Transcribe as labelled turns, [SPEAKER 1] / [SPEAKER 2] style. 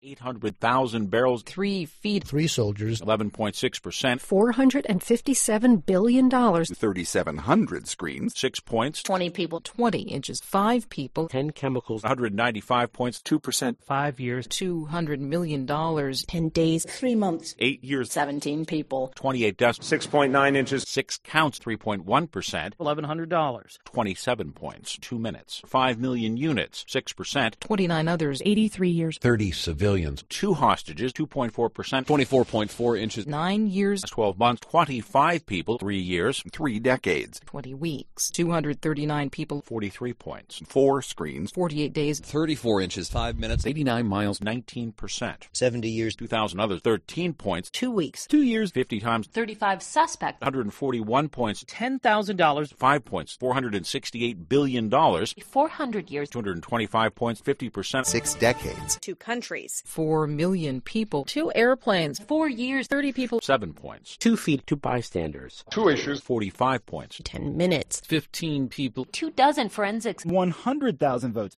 [SPEAKER 1] 800,000 barrels,
[SPEAKER 2] three feet,
[SPEAKER 3] Three soldiers,
[SPEAKER 1] 11.6%,
[SPEAKER 2] $457 billion,
[SPEAKER 4] 3,700 screens,
[SPEAKER 1] 6 points,
[SPEAKER 2] 20 people, 20 inches, 5 people,
[SPEAKER 5] 10 chemicals,
[SPEAKER 1] 195 points,
[SPEAKER 6] 2%,
[SPEAKER 5] 5 years,
[SPEAKER 2] $200 million,
[SPEAKER 7] 10 days, 3 months,
[SPEAKER 1] 8 years,
[SPEAKER 7] 17 people,
[SPEAKER 1] 28 deaths,
[SPEAKER 6] 6.9 inches,
[SPEAKER 1] 6 counts, 3.1%,
[SPEAKER 5] $1,100.
[SPEAKER 1] 27 points, 2 minutes, 5 million units, 6%,
[SPEAKER 2] 29 others,
[SPEAKER 8] 83 years,
[SPEAKER 9] 30 civilians,
[SPEAKER 1] 2 hostages, 2.4%,
[SPEAKER 9] 24.4 inches,
[SPEAKER 2] 9 years,
[SPEAKER 1] 12 months, 25 people, 3 years,
[SPEAKER 4] three decades,
[SPEAKER 2] 20 weeks, 239 people,
[SPEAKER 1] 43 points,
[SPEAKER 4] four screens,
[SPEAKER 2] 48 days,
[SPEAKER 9] 34 inches, 5 minutes, 89 miles,
[SPEAKER 1] 19%,
[SPEAKER 3] 70 years,
[SPEAKER 1] 2,000 others, 13 points,
[SPEAKER 7] 2 weeks,
[SPEAKER 5] 2 years,
[SPEAKER 1] 50 times,
[SPEAKER 8] 35 suspects,
[SPEAKER 1] 141 points,
[SPEAKER 5] $10,000,
[SPEAKER 1] 5 points, $468 billion,
[SPEAKER 8] 400 years,
[SPEAKER 1] 225 points, 50%,
[SPEAKER 4] six decades,
[SPEAKER 7] 2 countries,
[SPEAKER 2] 4 million people, 2 airplanes,
[SPEAKER 8] 4 years,
[SPEAKER 2] 30 people,
[SPEAKER 1] 7 points,
[SPEAKER 5] 2 feet, 2 bystanders,
[SPEAKER 1] 45 points,
[SPEAKER 7] 10 minutes,
[SPEAKER 9] 15 people,
[SPEAKER 8] 2 dozen forensics,
[SPEAKER 6] 100,000 votes.